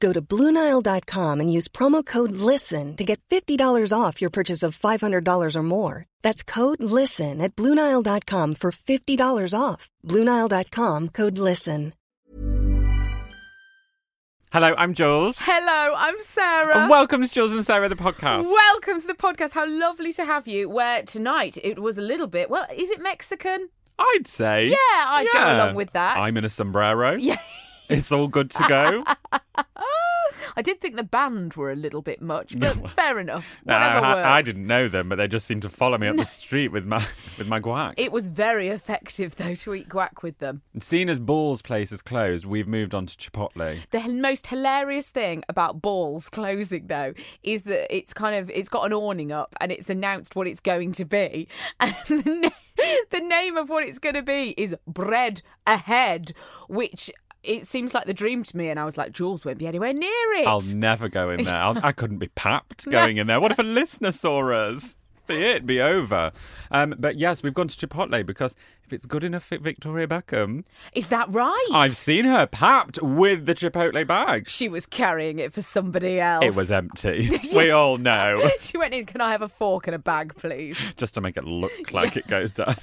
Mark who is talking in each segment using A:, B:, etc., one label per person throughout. A: Go to BlueNile.com and use promo code LISTEN to get $50 off your purchase of $500 or more. That's code LISTEN at BlueNile.com for $50 off. BlueNile.com code LISTEN.
B: Hello, I'm Jules.
C: Hello, I'm Sarah.
B: And welcome to Jules and Sarah, the podcast.
C: Welcome to the podcast. How lovely to have you. Where tonight it was a little bit, well, is it Mexican?
B: I'd say.
C: Yeah, I'd go along with that.
B: I'm in a sombrero.
C: Yeah.
B: It's all good to go.
C: I did think the band were a little bit much, but fair enough.
B: No,
C: Whatever works.
B: Uh, I, I didn't know them, but they just seemed to follow me up the street with my with my guac.
C: It was very effective, though, to eat guac with them.
B: Seeing as Ball's place is closed, we've moved on to Chipotle.
C: The h- most hilarious thing about balls closing, though, is that it's kind of it's got an awning up and it's announced what it's going to be, and the, na- the name of what it's going to be is Bread Ahead, which it seems like the dream to me. And I was like, Jules won't be anywhere near it.
B: I'll never go in there. I'll, I couldn't be papped going in there. What if a listener saw us? Be it, be over. Um, but yes, we've gone to Chipotle because if it's good enough for Victoria Beckham,
C: is that right?
B: I've seen her papped with the Chipotle bags.
C: she was carrying it for somebody else.
B: It was empty. we all know.
C: she went in. Can I have a fork and a bag, please?
B: Just to make it look like it goes down.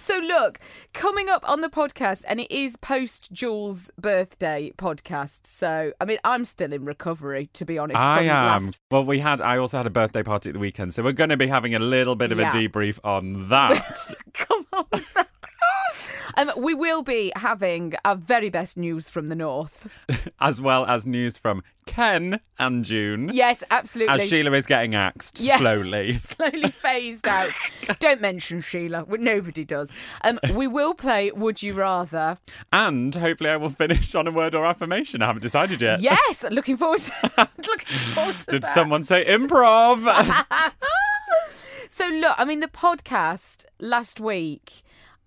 C: So, look, coming up on the podcast, and it is post Jules' birthday podcast. So, I mean, I'm still in recovery, to be honest.
B: I
C: from
B: am.
C: last-
B: Well, we had. I also had a birthday party at the weekend, so we're going to be having a little bit of
C: Yeah.
B: a debrief on that.
C: Come on. Um, we will be having our very best news from the north.
B: as well as news from Ken and June.
C: Yes, absolutely.
B: As Sheila is getting axed
C: Yeah.
B: slowly.
C: slowly phased out. Don't mention Sheila. Well, Nobody does. Um, we will play Would You Rather.
B: And hopefully I will finish on a word or affirmation. I haven't decided yet.
C: Yes, looking forward to, looking forward to
B: Did
C: that.
B: someone say improv?
C: So look, I mean the podcast last week,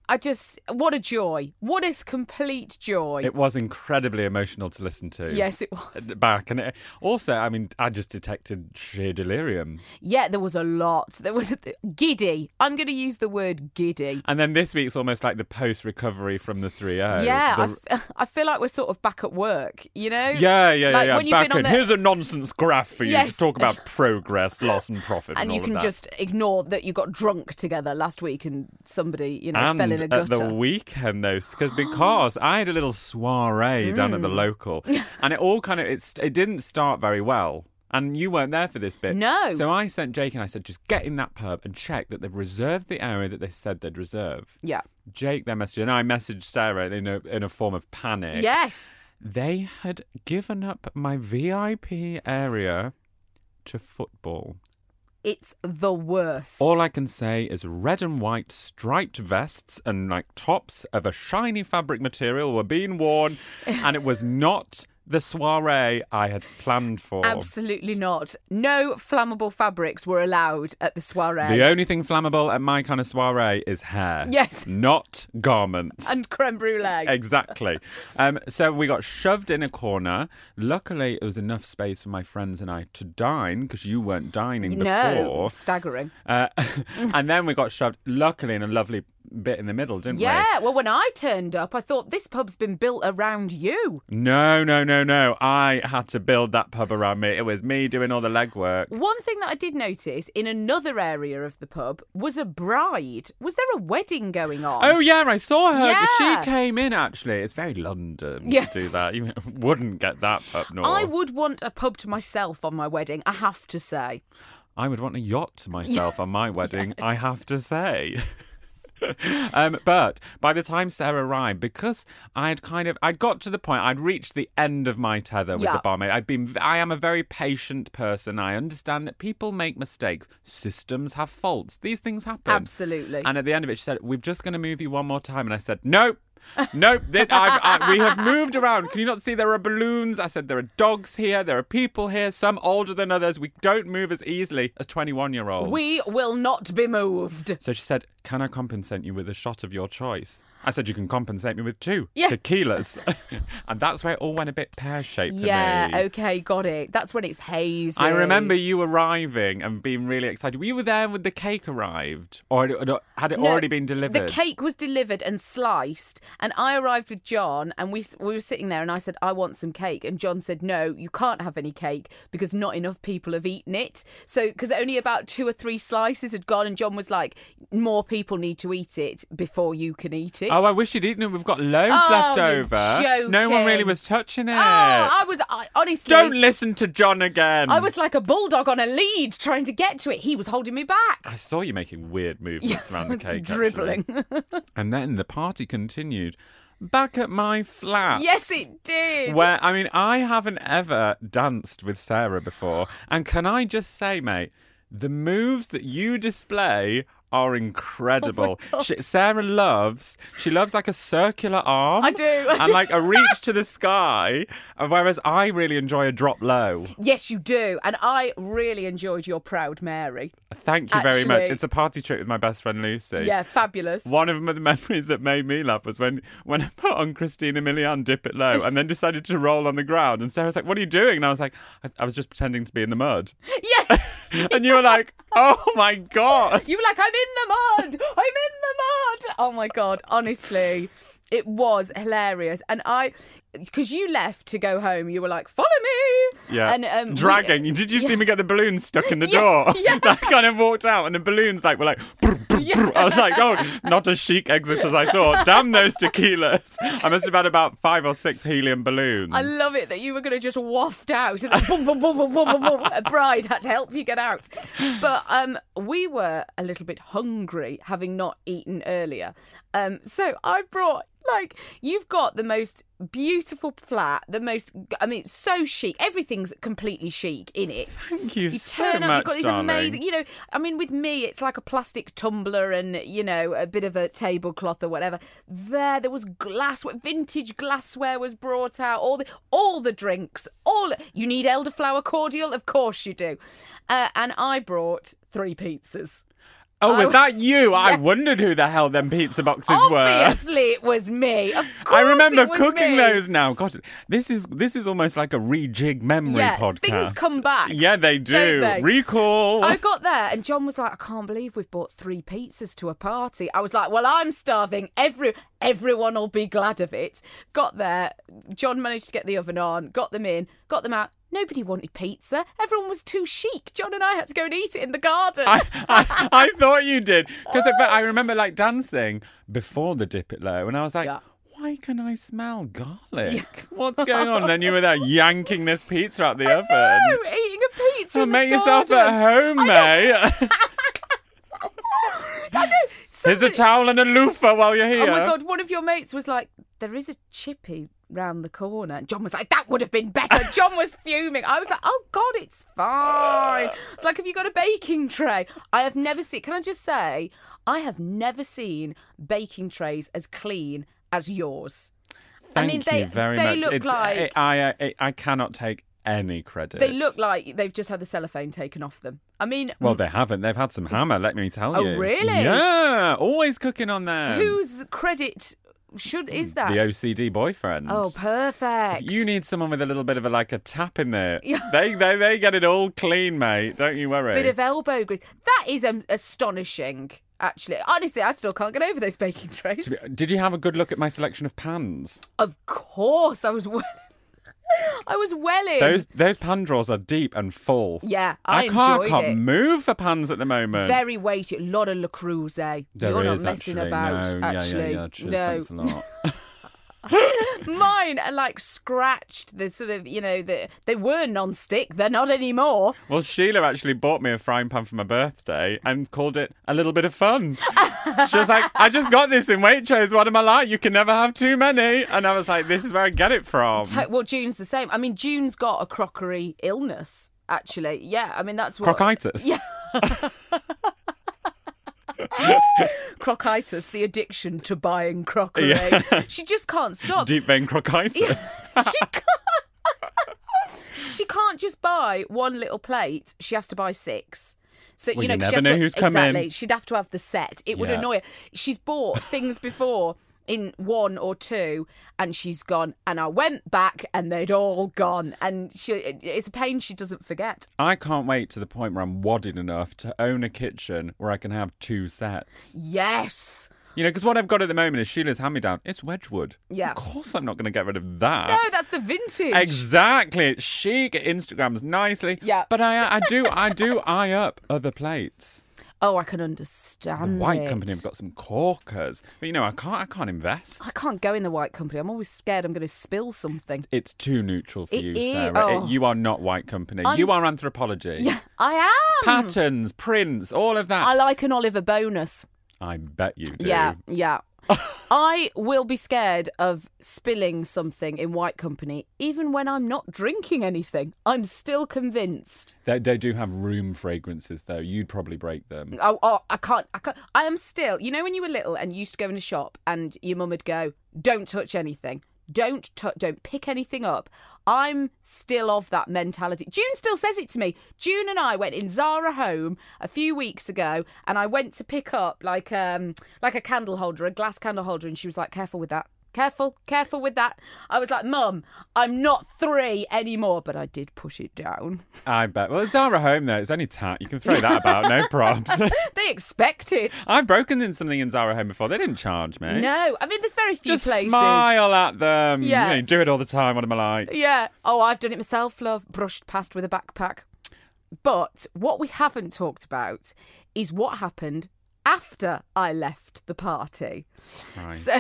C: I just what a joy. What a complete joy.
B: it was incredibly emotional to listen to.
C: yes, it was.
B: Back and it, also, I mean, I just detected sheer delirium.
C: Yeah, there was a lot. There was a, giddy. I'm going to use the word giddy.
B: And then this week's almost like the post recovery from the 3 0.
C: yeah, I f- I feel like we're sort of back at work, you know?
B: Yeah, yeah,
C: Like,
B: yeah. yeah.
C: when you've
B: Back
C: been on
B: in.
C: the-
B: Here's a nonsense graph for you
C: Yes.
B: to talk about progress, loss, and profit. And,
C: And you
B: all
C: can
B: of that.
C: just ignore that you got drunk together last week and somebody, you know,
B: and
C: fell in a
B: at
C: gutter.
B: the weekend though, because because I had a little soiree down at the
C: Hmm.
B: local, and it all kind of it's it didn't start very well. And you weren't there for this bit.
C: No.
B: So I sent Jake and I said, just get in that pub and check that they've reserved the area that they said they'd reserve.
C: yeah.
B: Jake then messaged, and I messaged Sarah in a, in a form of panic.
C: Yes.
B: They had given up my VIP area to football.
C: It's the worst.
B: All I can say is red and white striped vests and like tops of a shiny fabric material were being worn, and it was not the soiree I had planned for.
C: Absolutely not. No flammable fabrics were allowed at the soiree.
B: The only thing flammable at my kind of soiree is hair.
C: Yes.
B: Not garments.
C: and creme brulee.
B: exactly. Um, so we got shoved in a corner. Luckily, it was enough space for my friends and I to dine because you weren't dining
C: no,
B: before.
C: staggering.
B: Uh, and then we got shoved, luckily, in a lovely bit in the middle, didn't we?
C: Yeah, well, when I turned up, I thought this pub's been built around you.
B: No, no, no, no. I had to build that pub around me. It was me doing all the legwork.
C: One thing that I did notice in another area of the pub was a bride. Was there a wedding going on?
B: Oh yeah, I saw her.
C: Yeah.
B: She came in actually. It's very London
C: Yes.
B: to do that. You wouldn't get that up north.
C: I would want a pub to myself on my wedding, I have to say.
B: I would want a yacht to myself on my wedding, I have to say. um, but by the time Sarah arrived, because I'd kind of I got to the point I'd reached the end of my tether with
C: Yeah.
B: the barmaid. I'd been I am a very patient person. I understand that people make mistakes. Systems have faults. These things happen.
C: Absolutely.
B: And at the end of it, she said, "We're just going to move you one more time." And I said, "Nope." nope, Th- I've, I, we have moved around. Can you not see there are balloons? I said there are dogs here, there are people here, some older than others. We don't move as easily as 21 year olds.
C: We will not be moved.
B: So she said, Can I compensate you with a shot of your choice? I said, You can compensate me with two
C: Yeah.
B: tequilas. and that's where it all went a bit pear shaped for
C: Yeah,
B: me.
C: okay, got it. That's when it's hazy.
B: I remember you arriving and being really excited. Were you there when the cake arrived? Or had it- had it
C: No,
B: already been delivered?
C: The cake was delivered and sliced, and I arrived with John, and we s- we were sitting there, and I said, "I want some cake," and John said, "No, you can't have any cake because not enough people have eaten it." So, because only about two or three slices had gone, and John was like, "More people need to eat it before you can eat it."
B: Oh, I wish you'd eaten it. We've got loads
C: Oh,
B: left
C: you're
B: over. No one really
C: joking.
B: was touching it.
C: Oh, I was I, honestly.
B: Don't listen to John again.
C: I was like a bulldog on a lead trying to get to it. He was holding me back.
B: I saw you making weird movements around
C: I
B: the
C: was
B: cake. actually.
C: dribbling.
B: And then the party continued back at my flat.
C: yes, it did.
B: Where, I mean, I haven't ever danced with Sarah before. And can I just say, mate, the moves that you display are
C: Oh
B: incredible. she, Sarah loves, she loves like a circular arm.
C: I do, I
B: and
C: do.
B: like a reach to the sky. And Whereas I really enjoy a drop low.
C: Yes, you do. And I really enjoyed your Proud Mary.
B: Thank you very much.
C: Actually-
B: It's a party trick with my best friend Lucy.
C: Yeah, fabulous.
B: One of the memories that made me laugh was when, when I put on Christina Milian, dip it low, and then decided to roll on the ground. And Sarah's like, What are you doing? And I was like, I, I was just pretending to be in the mud.
C: Yeah.
B: And you were like, Oh my God.
C: You were like, I'm in the mud. I'm in the mud. Oh my God. Honestly, it was hilarious. And I, because you left to go home, you were like, follow me.
B: Yeah.
C: And um, we-
B: dragging. Did you see me get the balloon stuck in the
C: Yeah,
B: door?
C: yeah.
B: I kind of walked out, and the balloons like were like. brr, brr, brr. I was like, oh, not as chic exit as I thought. Damn those tequilas! I must have had about five or six helium balloons.
C: I love it that you were going to just waft out and then boom, boom, boom, boom, boom, boom, boom. A bride had to help you get out. But um, we were a little bit hungry, having not eaten earlier. Um, so I brought, like, you've got the most beautiful flat, the most, I mean, it's so chic. Everything's completely chic in it.
B: Thank you,
C: You
B: so
C: turn up,
B: much,
C: you've got these
B: darling.
C: amazing, you know, I mean, with me, it's like a plastic tumbler and, you know, a bit of a tablecloth or whatever. There, there was glass, vintage glassware was brought out, all the, all the drinks, all, you need elderflower cordial? Of course you do. Uh, and I brought three pizzas.
B: Oh,
C: I
B: was
C: w-
B: that you? I
C: Yeah.
B: wondered who the hell them pizza boxes were.
C: Obviously, it was me. Of
B: I
C: course
B: remember
C: it was
B: cooking
C: me.
B: those now. God, this is this is almost like a rejig memory
C: Yeah,
B: podcast.
C: things come back,
B: Yeah, they do.
C: they?
B: Recall.
C: I got there and John was like, I can't believe we've bought three pizzas to a party. I was like, Well, I'm starving. Every everyone will be glad of it. Got there, John managed to get the oven on, got them in, got them out. Nobody wanted pizza. Everyone was too chic. John and I had to go and eat it in the garden.
B: I, I, I thought you did because I remember like dancing before the dip it low, and I was like.
C: Yeah.
B: Why can I smell garlic? What's going on? Then you were there yanking this pizza out the oven.
C: no, eating a pizza.
B: Well,
C: in
B: make
C: the
B: yourself
C: garden.
B: at home, mate. Here's a
C: Somebody-
B: towel and a loofah while you're here.
C: Oh my god, one of your mates was like, There is a chippy round the corner. And John was like, That would have been better. John was fuming. I was like, Oh god, it's fine. It's like, Have you got a baking tray? I have never seen, can I just say, I have never seen baking trays as clean as yours.
B: Thank
C: I mean,
B: you
C: they,
B: very
C: they
B: much.
C: look
B: It's-
C: like.
B: I, I, I, I cannot take any credit.
C: they look like they've just had the cellophane taken off them. I mean,
B: Well, they haven't. They've had some hammer. Let me tell
C: Oh,
B: you.
C: really?
B: Yeah, always cooking on them.
C: whose credit should is
B: mm, the
C: that?
B: OCD boyfriend?
C: oh, perfect.
B: You need someone with a little bit of a like a tap in there.
C: Yeah.
B: they, they they get it all clean, mate. Don't you worry.
C: bit of elbow grease. That is um, astonishing. actually. Honestly, I still can't get over those baking trays.
B: To be- Did you have a good look at my selection of pans?
C: of course, I was well. I was well in.
B: Those those pan drawers are deep and full.
C: Yeah, I
B: I can't,
C: enjoyed
B: can't
C: it.
B: move for pans at the moment.
C: very weighty, a lot of Le Creuset.
B: There
C: You're
B: is
C: not messing
B: actually.
C: about,
B: no,
C: actually.
B: Yeah, yeah, yeah. Cheers,
C: no,
B: Thanks a lot.
C: mine are like scratched. They're sort of, you know, the, they were non-stick. They're not anymore.
B: well, Sheila actually bought me a frying pan for my birthday and called it a little bit of fun. she was like, I just got this in Waitrose. What am I like? You can never have too many. And I was like, this is where I get it from.
C: To- well, June's the same. I mean, June's got a crockery illness. Actually, yeah. I mean, that's what
B: Crochitis.
C: Yeah. crochitis, the addiction to buying crockery. She just can't stop.
B: Deep vein crochitis.
C: she can't. she can't just buy one little plate. She has to buy six. So
B: Well,
C: you know,
B: you
C: 'cause
B: never
C: she has to-
B: know who's come in.
C: exactly. She'd have to have the set. It would
B: Yeah.
C: annoy her. She's bought things before in one or two, and she's gone. And I went back, and they'd all gone. And she, it- it's a pain she doesn't forget.
B: I can't wait to the point where I'm wadded enough to own a kitchen where I can have two sets.
C: Yes.
B: You know, because what I've got at the moment is Sheila's hand me down. It's Wedgwood.
C: Yeah.
B: Of course I'm not going to get rid of that.
C: No, that's the vintage.
B: Exactly, it's chic. It Instagrams nicely.
C: Yeah.
B: but I, I do, I do eye up other plates.
C: oh, I can
B: The
C: understand.
B: white
C: it.
B: company have got some corkers, but you know, I can't, I can't invest.
C: I can't go in the white company. I'm always scared I'm going to spill something.
B: It's too neutral for
C: It
B: you,
C: is-
B: Sarah. It-
C: oh.
B: you are not white company.
C: I'm-
B: you are anthropology.
C: Yeah, I am.
B: Patterns, prints, all of that.
C: I like an Oliver bonus.
B: I bet you do.
C: Yeah, yeah. I will be scared of spilling something in white company, even when I'm not drinking anything. I'm still convinced.
B: They, they do have room fragrances, though. You'd probably break them.
C: Oh, oh, I can't. I can't. I am still. You know, when you were little and you used to go in a shop and your mum would go, "Don't touch anything. Don't touch. Don't pick anything up." I'm still of that mentality. June still says it to me. June and I went in Zara home a few weeks ago, and I went to pick up like um like a candle holder, a glass candle holder, and she was like, "Careful with that." Careful, careful with that. I was like, Mum, I'm not three anymore, but I did push it down.
B: I bet. Well, it's Zara Home, though. It's only tat. You can throw that about. No probs.
C: They expect it.
B: I've broken in something in Zara Home before. They didn't charge me.
C: No, I mean, there's very few
B: Just
C: places.
B: smile at them.
C: Yeah.
B: You, know, you do it all the time. What am I like?
C: Yeah. Oh, I've done it myself, love. Brushed past with a backpack. But what we haven't talked about is what happened after I left the party.
B: Right.
C: So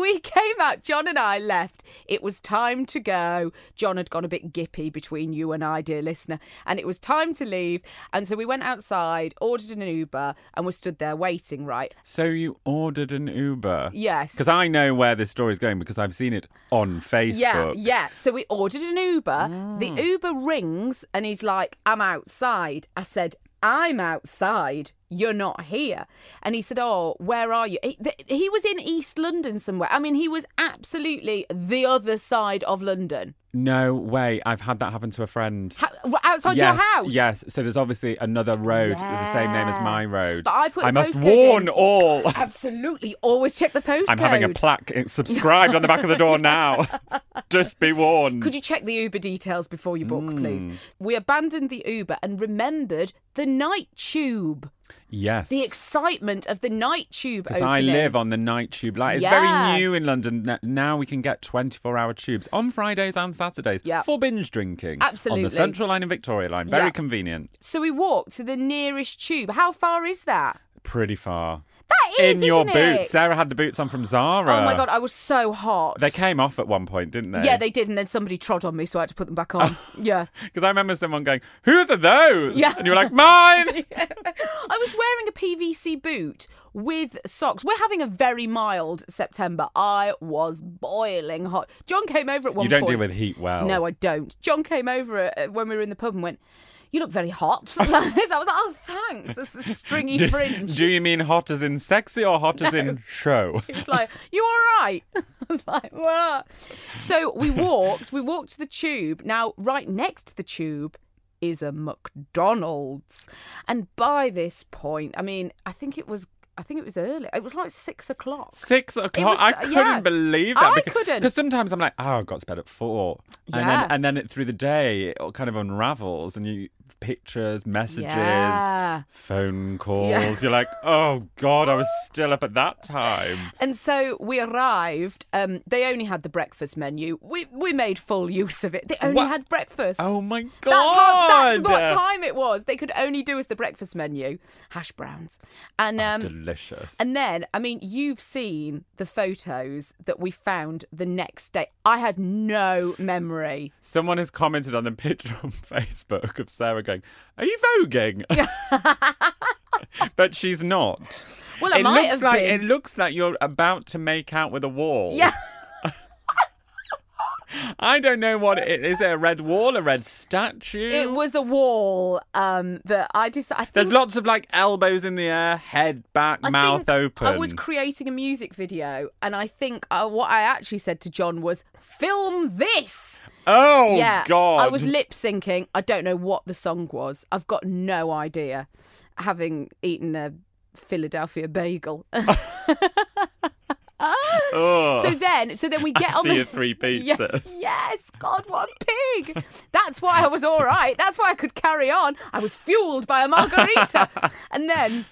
C: we came out, John and I left. It was time to go. John had gone a bit gippy between you and I, dear listener, and it was time to leave. And so we went outside, ordered an Uber, and we stood there waiting, right?
B: So you ordered an Uber?
C: Yes.
B: Because I know where this story's going because I've seen it on Facebook. Mm.
C: Yeah, yeah. So we ordered an Uber. The Uber rings and he's like, I'm outside. I said, I'm outside. You're not here. And he said, Oh, where are you? He, th- he was in East London somewhere. I mean, he was absolutely the other side of London,
B: No way. I've had that happen to a friend.
C: Ha- outside
B: yes,
C: your house.
B: Yes. So there's obviously another road with the same name as
C: Yeah.
B: my road.
C: But I put a
B: must
C: postcode
B: warn
C: in.
B: all.
C: Absolutely. Always check the postcode.
B: I'm having a plaque it's subscribed on the back of the door now. Just be warned.
C: Could you check the Uber details before you book,
B: Mm.
C: please? We abandoned the Uber and remembered the night tube.
B: yes.
C: The excitement of the night tube
B: Because
C: opening.
B: I live on the night tube line. It's
C: Yeah.
B: very new in London. N- Now we can get 24 hour tubes on Fridays and Saturdays
C: Yeah.
B: for binge drinking. On
C: Absolutely.
B: the Central Line and Victoria Line. Very
C: Yeah.
B: convenient.
C: So we walked to the nearest tube. How far is that?
B: Pretty far.
C: That is
B: in your
C: isn't
B: boots.
C: it?
B: Sarah had the boots on from Zara.
C: Oh my god, I was so hot.
B: They came off at one point, didn't they?
C: Yeah, they did, and then somebody trod on me, so I had to put them back on. yeah.
B: Because I remember someone going, Whose are those?
C: Yeah.
B: And you were like, Mine!
C: I was wearing a PVC boot with socks. We're having a very mild September. I was boiling hot. John came over at one
B: you don't
C: point.
B: deal with heat well.
C: No, I don't. John came over uh, when we were in the pub and went, You look very hot. So I was like, Oh, thanks. That's a stringy fringe.
B: Do you mean hot as in sexy or hot as in show?
C: He was like, "You all right?" I was like, "What?" So we walked. We walked to the tube. Now, right next to the tube is a McDonald's, and by this point, I mean, I think it was, I think it was early. It was like six o'clock.
B: Six o'clock.
C: was-
B: I couldn't
C: yeah.
B: believe
C: I
B: that. because,
C: couldn't.
B: Because sometimes I'm like, oh, I got to bed at four, and
C: Yeah.
B: then and then it, through the day it all kind of unravels, and you pictures, messages,
C: Yeah.
B: phone calls. You're like, oh God, I was still up at that time.
C: And so we arrived. Um, they only had the breakfast menu. We we made full use of it. They only
B: What?
C: had breakfast.
B: Oh my God.
C: That's, how, that's what time it was. They could only do us the breakfast menu, hash browns, and um,
B: Delicious.
C: and then I mean you've seen the photos that we found the next day. I had no memory.
B: Someone has commented on the picture on Facebook of Sarah going, Are you voguing? but she's not.
C: Well, I
B: it
C: might
B: looks
C: have
B: like
C: been.
B: it looks like you're about to make out with a wall.
C: Yeah,
B: I don't know what it is. Is it a red wall, a red statue?
C: it was a wall um, that I just I
B: There's
C: think
B: lots of like elbows in the air, head back,
C: I
B: mouth
C: think
B: open.
C: I was creating a music video, and I think uh, what I actually said to John was, "Film this."
B: oh
C: yeah,
B: God!
C: I was lip syncing. I don't know what the song was. I've got no idea. Having eaten a Philadelphia bagel.
B: Ugh.
C: so
B: Oh.
C: then, so then we get on
B: After
C: the
B: your three
C: Yes,
B: pizzas.
C: yes. God, what a pig! That's why I was all right. That's why I could carry on. I was fueled by a margarita, and then.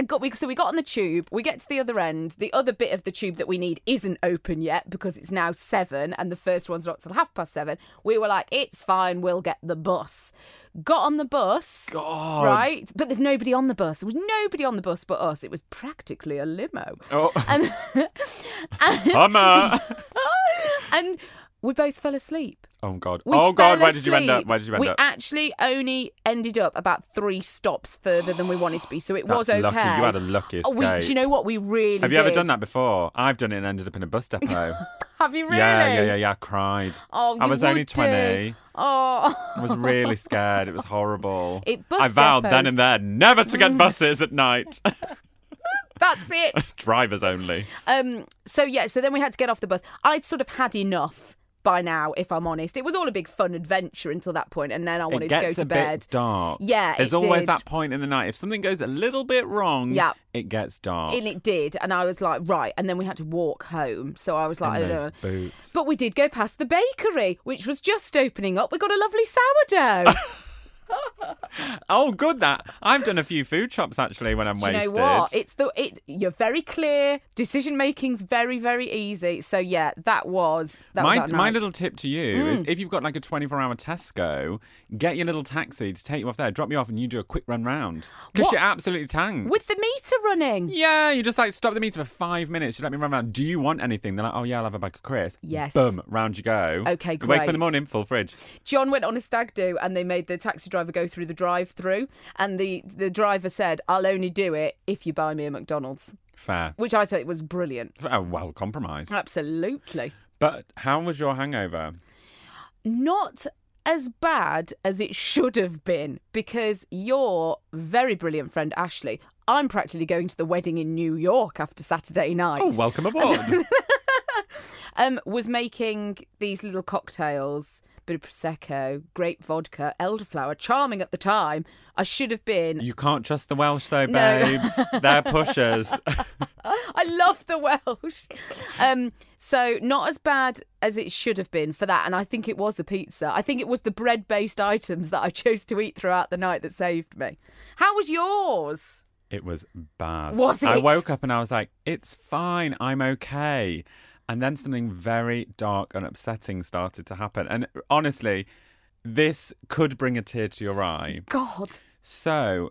C: I got we so we got on the tube. We get to the other end. The other bit of the tube that we need isn't open yet because it's now seven, and the first one's not till half past seven. We were like, "It's fine. We'll get the bus." Got on the bus,
B: God.
C: right? But there's nobody on the bus. There was nobody on the bus but us. It was practically a limo,
B: Oh,
C: and
B: Hummer.
C: and we both fell asleep.
B: oh God!
C: We
B: oh God!
C: fell
B: Where did you end up?
C: asleep.
B: Where did you end
C: we
B: up?
C: actually only ended up about three stops further than we wanted to be, so it was okay.
B: That's lucky. You had a lucky
C: Oh, we- do
B: escape.
C: you know what we really?
B: Have you ever
C: did.
B: done that before? I've done it and ended up in a bus depot.
C: Have you really?
B: Yeah, yeah, yeah, yeah. I cried.
C: Oh,
B: I
C: you
B: was only
C: would do.
B: 20. I
C: Oh,
B: was really scared. It was horrible.
C: It- bus
B: I vowed
C: depots-
B: then and there never to get buses at night.
C: that's it.
B: Drivers only.
C: Um, so yeah, so then we had to get off the bus. I'd sort of had enough by now, if I'm honest. It was all a big fun adventure until that point, and then I wanted
B: it gets
C: to go to
B: a
C: bed.
B: bit dark.
C: Yeah,
B: there's
C: it
B: always
C: did.
B: that point in the night. If something goes a little bit wrong,
C: Yeah.
B: it gets dark.
C: And it did, and I was like, right. And then we had to walk home, so I was like,
B: In
C: I don't
B: those
C: know.
B: boots.
C: But we did go past the bakery, which was just opening up. We got a lovely sourdough.
B: Oh, good that I've done a few food shops actually when I'm
C: Do you
B: wasted.
C: know what? It's the it. You're very clear. Decision making's very very easy. So yeah, that was that was
B: my,
C: our
B: my
C: night. Mm.
B: little tip to you is if you've got like a 24 hour Tesco, get your little taxi to take you off there, drop you off, and you do a quick run round because
C: What?
B: you're absolutely tanked.
C: with the meter running.
B: yeah, you just like stop the meter for five minutes. You let me run round. Do you want anything? They're like, oh yeah, I'll have a bag of crisps.
C: Yes.
B: Boom, round you go.
C: Okay,
B: You Wake up in
C: great.
B: the morning, full fridge.
C: John went on a stag do, and they made the taxi driver go through the drive-through, and the the driver said, "I'll only do it if you buy me a McDonald's,"
B: Fair.
C: which I thought was brilliant.
B: Oh, well, compromise.
C: Absolutely.
B: But how was your hangover?
C: not as bad as it should have been because your very brilliant friend Ashley, I'm practically going to the wedding in New York after Saturday night.
B: Oh, welcome aboard.
C: Um, was making these little cocktails, bit of prosecco, grape vodka, elderflower, charming at the time. I should have been.
B: you can't trust the Welsh though,
C: No.
B: babes. They're pushers.
C: I love the Welsh. Um, so not as bad as it should have been for that, and I think it was the pizza. I think it was the bread-based items that I chose to eat throughout the night that saved me. How was yours?
B: It was bad.
C: Was
B: I
C: it?
B: woke up and I was like, it's fine, I'm okay. And then something very dark and upsetting started to happen. And honestly, this could bring a tear to your eye.
C: God.
B: So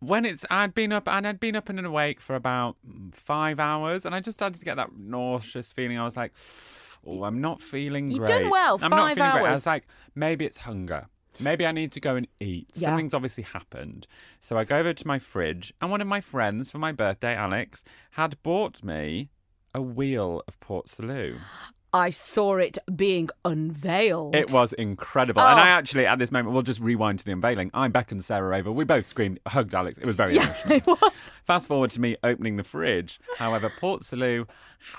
B: when it's I'd been up and I'd been up and awake for about mm, five hours and I just started to get that nauseous feeling. I was like, Oh, I'm not feeling
C: You've
B: great.
C: done well,
B: I'm
C: five
B: not feeling great. I
C: hours.
B: was like, maybe it's hunger. Maybe I need to go and eat.
C: Yeah.
B: Something's obviously happened. So I go over to my fridge and one of my friends for my birthday, Alex, had bought me a wheel of Port Salut.
C: I saw it being unveiled.
B: It was incredible. And
C: Oh.
B: I actually, at this moment, we'll just rewind to the unveiling. I beckoned Sarah over. We both screamed, hugged Alex. It was very
C: Yeah,
B: emotional.
C: it was.
B: Fast forward to me opening the fridge. However, Port Salut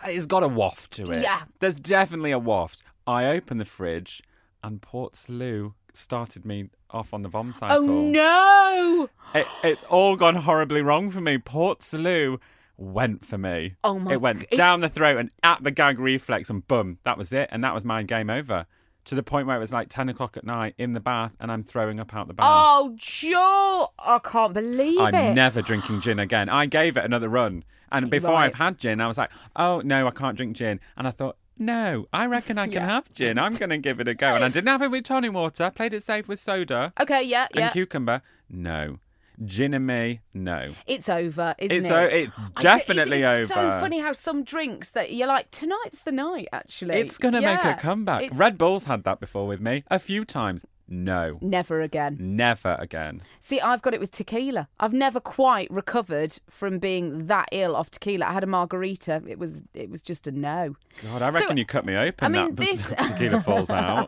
B: has got a waft to it.
C: Yeah.
B: There's definitely a waft. I open the fridge and Port Salut started me off on the vom cycle.
C: Oh no!
B: It, it's all gone horribly wrong for me. Port Salut went for me.
C: Oh my
B: It went
C: g-
B: down the throat and at the gag reflex and boom, that was it. And that was my game over. to the point where it was like 10 o'clock at night in the bath and I'm throwing up out the bath.
C: Oh, Joe, I can't believe
B: I'm
C: it.
B: never drinking gin again. I gave it another run. And before
C: Right.
B: I've had gin, I was like, oh, no, I can't drink gin. And I thought, no, I reckon I can
C: Yeah.
B: have gin. I'm going to give it a go. And I didn't have it with tonic water. I played it safe with soda
C: Okay, yeah,
B: and
C: yeah.
B: cucumber. No. Gin and me, no.
C: It's over, isn't
B: It's
C: it?
B: o- it's
C: I d-
B: definitely
C: isn't it so
B: over.
C: funny how some drinks that you're like, tonight's the night, actually.
B: It's going to
C: Yeah.
B: make a comeback.
C: It's
B: Red Bull's had that before with me a few times. No.
C: Never again.
B: Never again.
C: See, I've got it with tequila. I've never quite recovered from being that ill off tequila. I had a margarita. It was it was just a no.
B: God, I
C: So-
B: reckon you cut me open.
C: I mean,
B: that
C: this-
B: tequila falls out.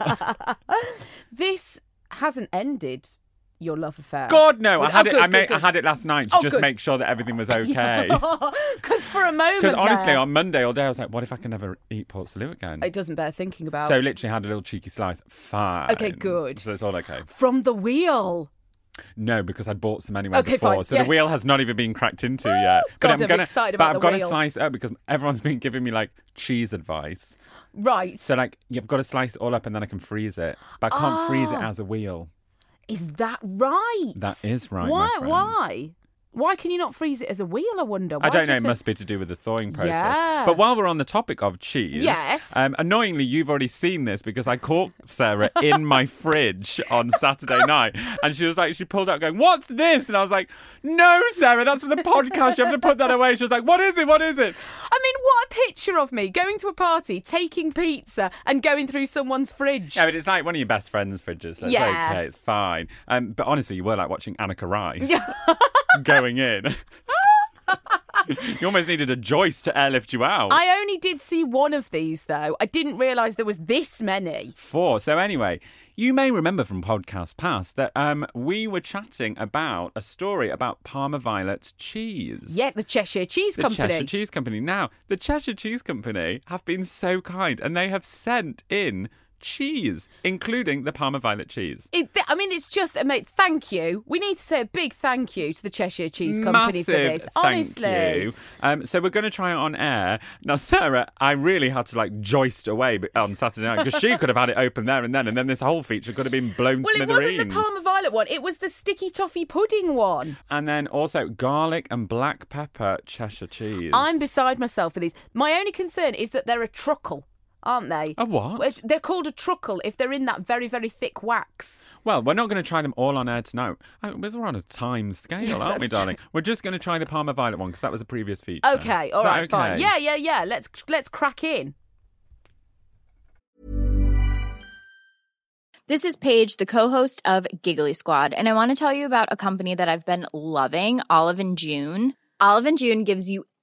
C: This hasn't ended your love affair.
B: God no! I
C: With-
B: had
C: oh,
B: it.
C: good,
B: I,
C: good,
B: made, I
C: good.
B: had it last night to
C: Oh,
B: just
C: good.
B: make sure that everything was okay.
C: Because for a moment,
B: Because honestly,
C: there,
B: on Monday all day, I was like, "What if I can never eat port salut again?"
C: it doesn't bear thinking about.
B: so literally had a little cheeky slice. Fine.
C: Okay, good.
B: So it's all okay.
C: from the wheel.
B: No, because I bought some anyway
C: Okay,
B: before,
C: fine,
B: so
C: yeah.
B: the wheel has not even been cracked into yet.
C: God,
B: I'm
C: I'm
B: gonna,
C: excited
B: but
C: about
B: I've
C: the
B: got to
C: wheel.
B: slice it up because everyone's been giving me like cheese advice.
C: Right.
B: So like, you've got to slice it all up and then I can freeze it, but I can't freeze it
C: Ah.
B: as a wheel.
C: Is that right?
B: That is right, my
C: Why?
B: friend.
C: Why? Why can you not freeze it as a wheel? I wonder. Why
B: I don't
C: do
B: know.
C: you
B: It
C: say-
B: must be to do with the thawing process.
C: Yeah.
B: But while we're on the topic of cheese,
C: Yes.
B: Um, annoyingly, you've already seen this because I caught Sarah in my fridge on Saturday night, and she was like, she pulled out going, "What's this?" And I was like, "No, Sarah, that's for the podcast. You have to put that away." She was like, "What is it? What is it?"
C: I mean, what a picture of me going to a party, taking pizza, and going through someone's fridge.
B: Yeah, but it's like one of your best friend's fridges. So it's
C: Yeah.
B: okay. It's fine. Um, but honestly, you were like watching Annika Rice going in. you almost needed a Joyce to airlift you out.
C: I only did see one of these though. I didn't realise there was this many.
B: four. So anyway, you may remember from podcast past that um, we were chatting about a story about Parma Violet's cheese.
C: Yeah, the Cheshire Cheese
B: The
C: Company.
B: Cheshire Cheese Company. Now, the Cheshire Cheese Company have been so kind and they have sent in cheese, including the Parma Violet cheese.
C: It, th- I mean, it's just a mate. Thank you. We need to say a big thank you to the Cheshire Cheese Company
B: Massive
C: for this.
B: thank
C: Honestly,
B: you. Um, so we're going to try it on air now. Sarah, I really had to like joist away on Saturday night because she could have had it open there and then, and then this whole feature could have been blown
C: well, it
B: smithereens.
C: wasn't the Parma Violet one. It was the sticky toffee pudding one.
B: And then also garlic and black pepper Cheshire cheese.
C: I'm beside myself for these. My only concern is that they're a truckle, aren't they?
B: A what?
C: Which- They're called a truckle if they're in that very, very thick wax.
B: well, we're not going to try them all on air tonight. I- We're on a time scale, aren't we,
C: that's true.
B: darling? We're just going to try the Parma Violet one because that was a previous feature.
C: Okay,
B: Is
C: all
B: that
C: right, fine.
B: okay?
C: Yeah, yeah, yeah. Let's let's crack in.
D: This is Paige, the co-host of Giggly Squad, and I want to tell you about a company that I've been loving, Olive and June. Olive and June gives you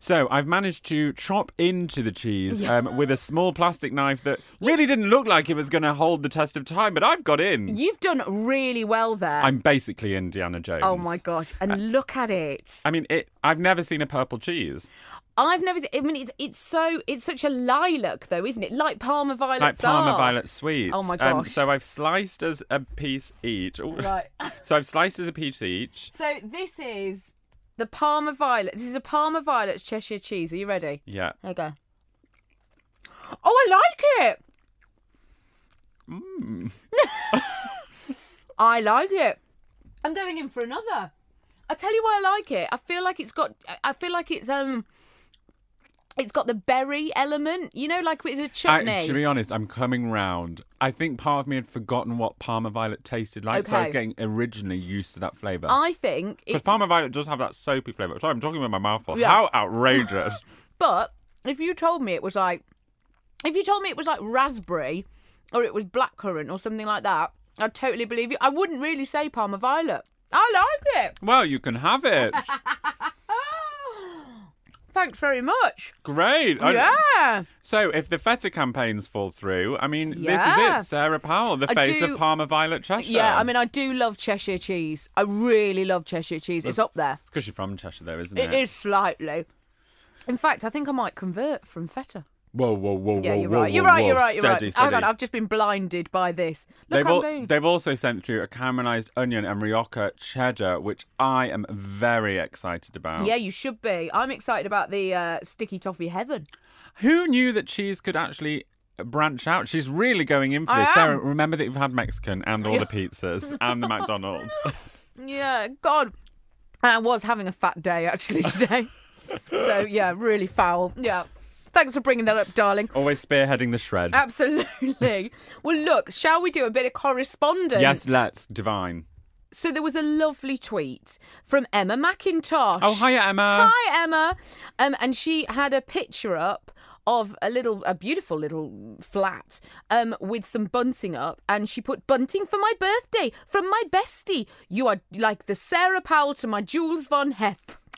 B: So I've managed to chop into the cheese um, with a small plastic knife that really didn't look like it was going to hold the test of time, but I've got in.
C: You've done really well there.
B: Hmm. I'm basically Indiana Jones.
C: oh my gosh! And look at it.
B: I mean, it. I've never seen a purple cheese.
C: I've never. I mean, it's, it's so it's such a lilac though, isn't it? Like Palmer violets.
B: like Parma
C: are.
B: violet sweets.
C: Oh my
B: Um,
C: gosh.
B: so I've sliced as a piece each. Ooh.
C: Right.
B: so I've sliced as a piece each.
C: So this is the Parma violet. This is a Parma violet Cheshire cheese. Are you ready?
B: Yeah.
C: There you go. Oh, I like it. I like it. I'm going in for another. I tell you why I like it. I feel like it's got. I- I feel like it's um. It's got the berry element, you know, like with a chutney.
B: I, to be honest, I'm coming round. I think part of me had forgotten what Parma violet tasted like, so I was
C: Okay.
B: getting originally used to that flavour.
C: I think
B: Because
C: it's.
B: Parma violet does have that soapy flavour. Sorry, I'm talking with my mouth full.
C: Yeah.
B: How outrageous!
C: But if you told me it was like, if you told me it was like raspberry, or it was blackcurrant or something like that, I'd totally believe you. I wouldn't really say Parma violet. I like it.
B: well, you can have it.
C: Oh, Thanks very much.
B: Great. I-
C: Yeah.
B: So, if the feta campaigns fall through, I mean, this
C: Yeah.
B: is it. Sarah Powell, the
C: I
B: face
C: do-
B: of Parma violet Cheshire.
C: Yeah, I mean, I do love Cheshire cheese. I really love Cheshire cheese. It's up there.
B: because you're from Cheshire, though, isn't it?
C: It is slightly. In fact, I think I might convert from feta.
B: Whoa, whoa, whoa,
C: Yeah,
B: whoa,
C: you're
B: whoa,
C: right. You're
B: whoa,
C: right. You're
B: whoa.
C: right. You're
B: steady,
C: right.
B: Steady.
C: Hang on, I've just been blinded by this. Look,
B: They've,
C: I'm
B: al-
C: going.
B: they've also sent through a caramelized onion and Rioja cheddar, which I am very excited about.
C: Yeah, you should be. I'm excited about the uh, sticky toffee heaven.
B: Who knew that cheese could actually branch out? She's really going in for
C: I
B: this.
C: am.
B: Sarah, remember that you've had Mexican and all the pizzas and the McDonald's.
C: Yeah, God. I was having a fat day actually today. so, yeah, really foul. Yeah. Thanks for bringing that up, darling.
B: Always spearheading the shred.
C: Absolutely. well, look, shall we do a bit of correspondence?
B: yes, let's. Divine.
C: So, there was a lovely tweet from Emma McIntosh.
B: Oh, hiya, Emma.
C: Hi, Emma. Um, and she had a picture up of a little, a beautiful little flat um, with some bunting up. And she put, Bunting for my birthday from my bestie. You are like the Sarah Powell to my Jules Von Hepp.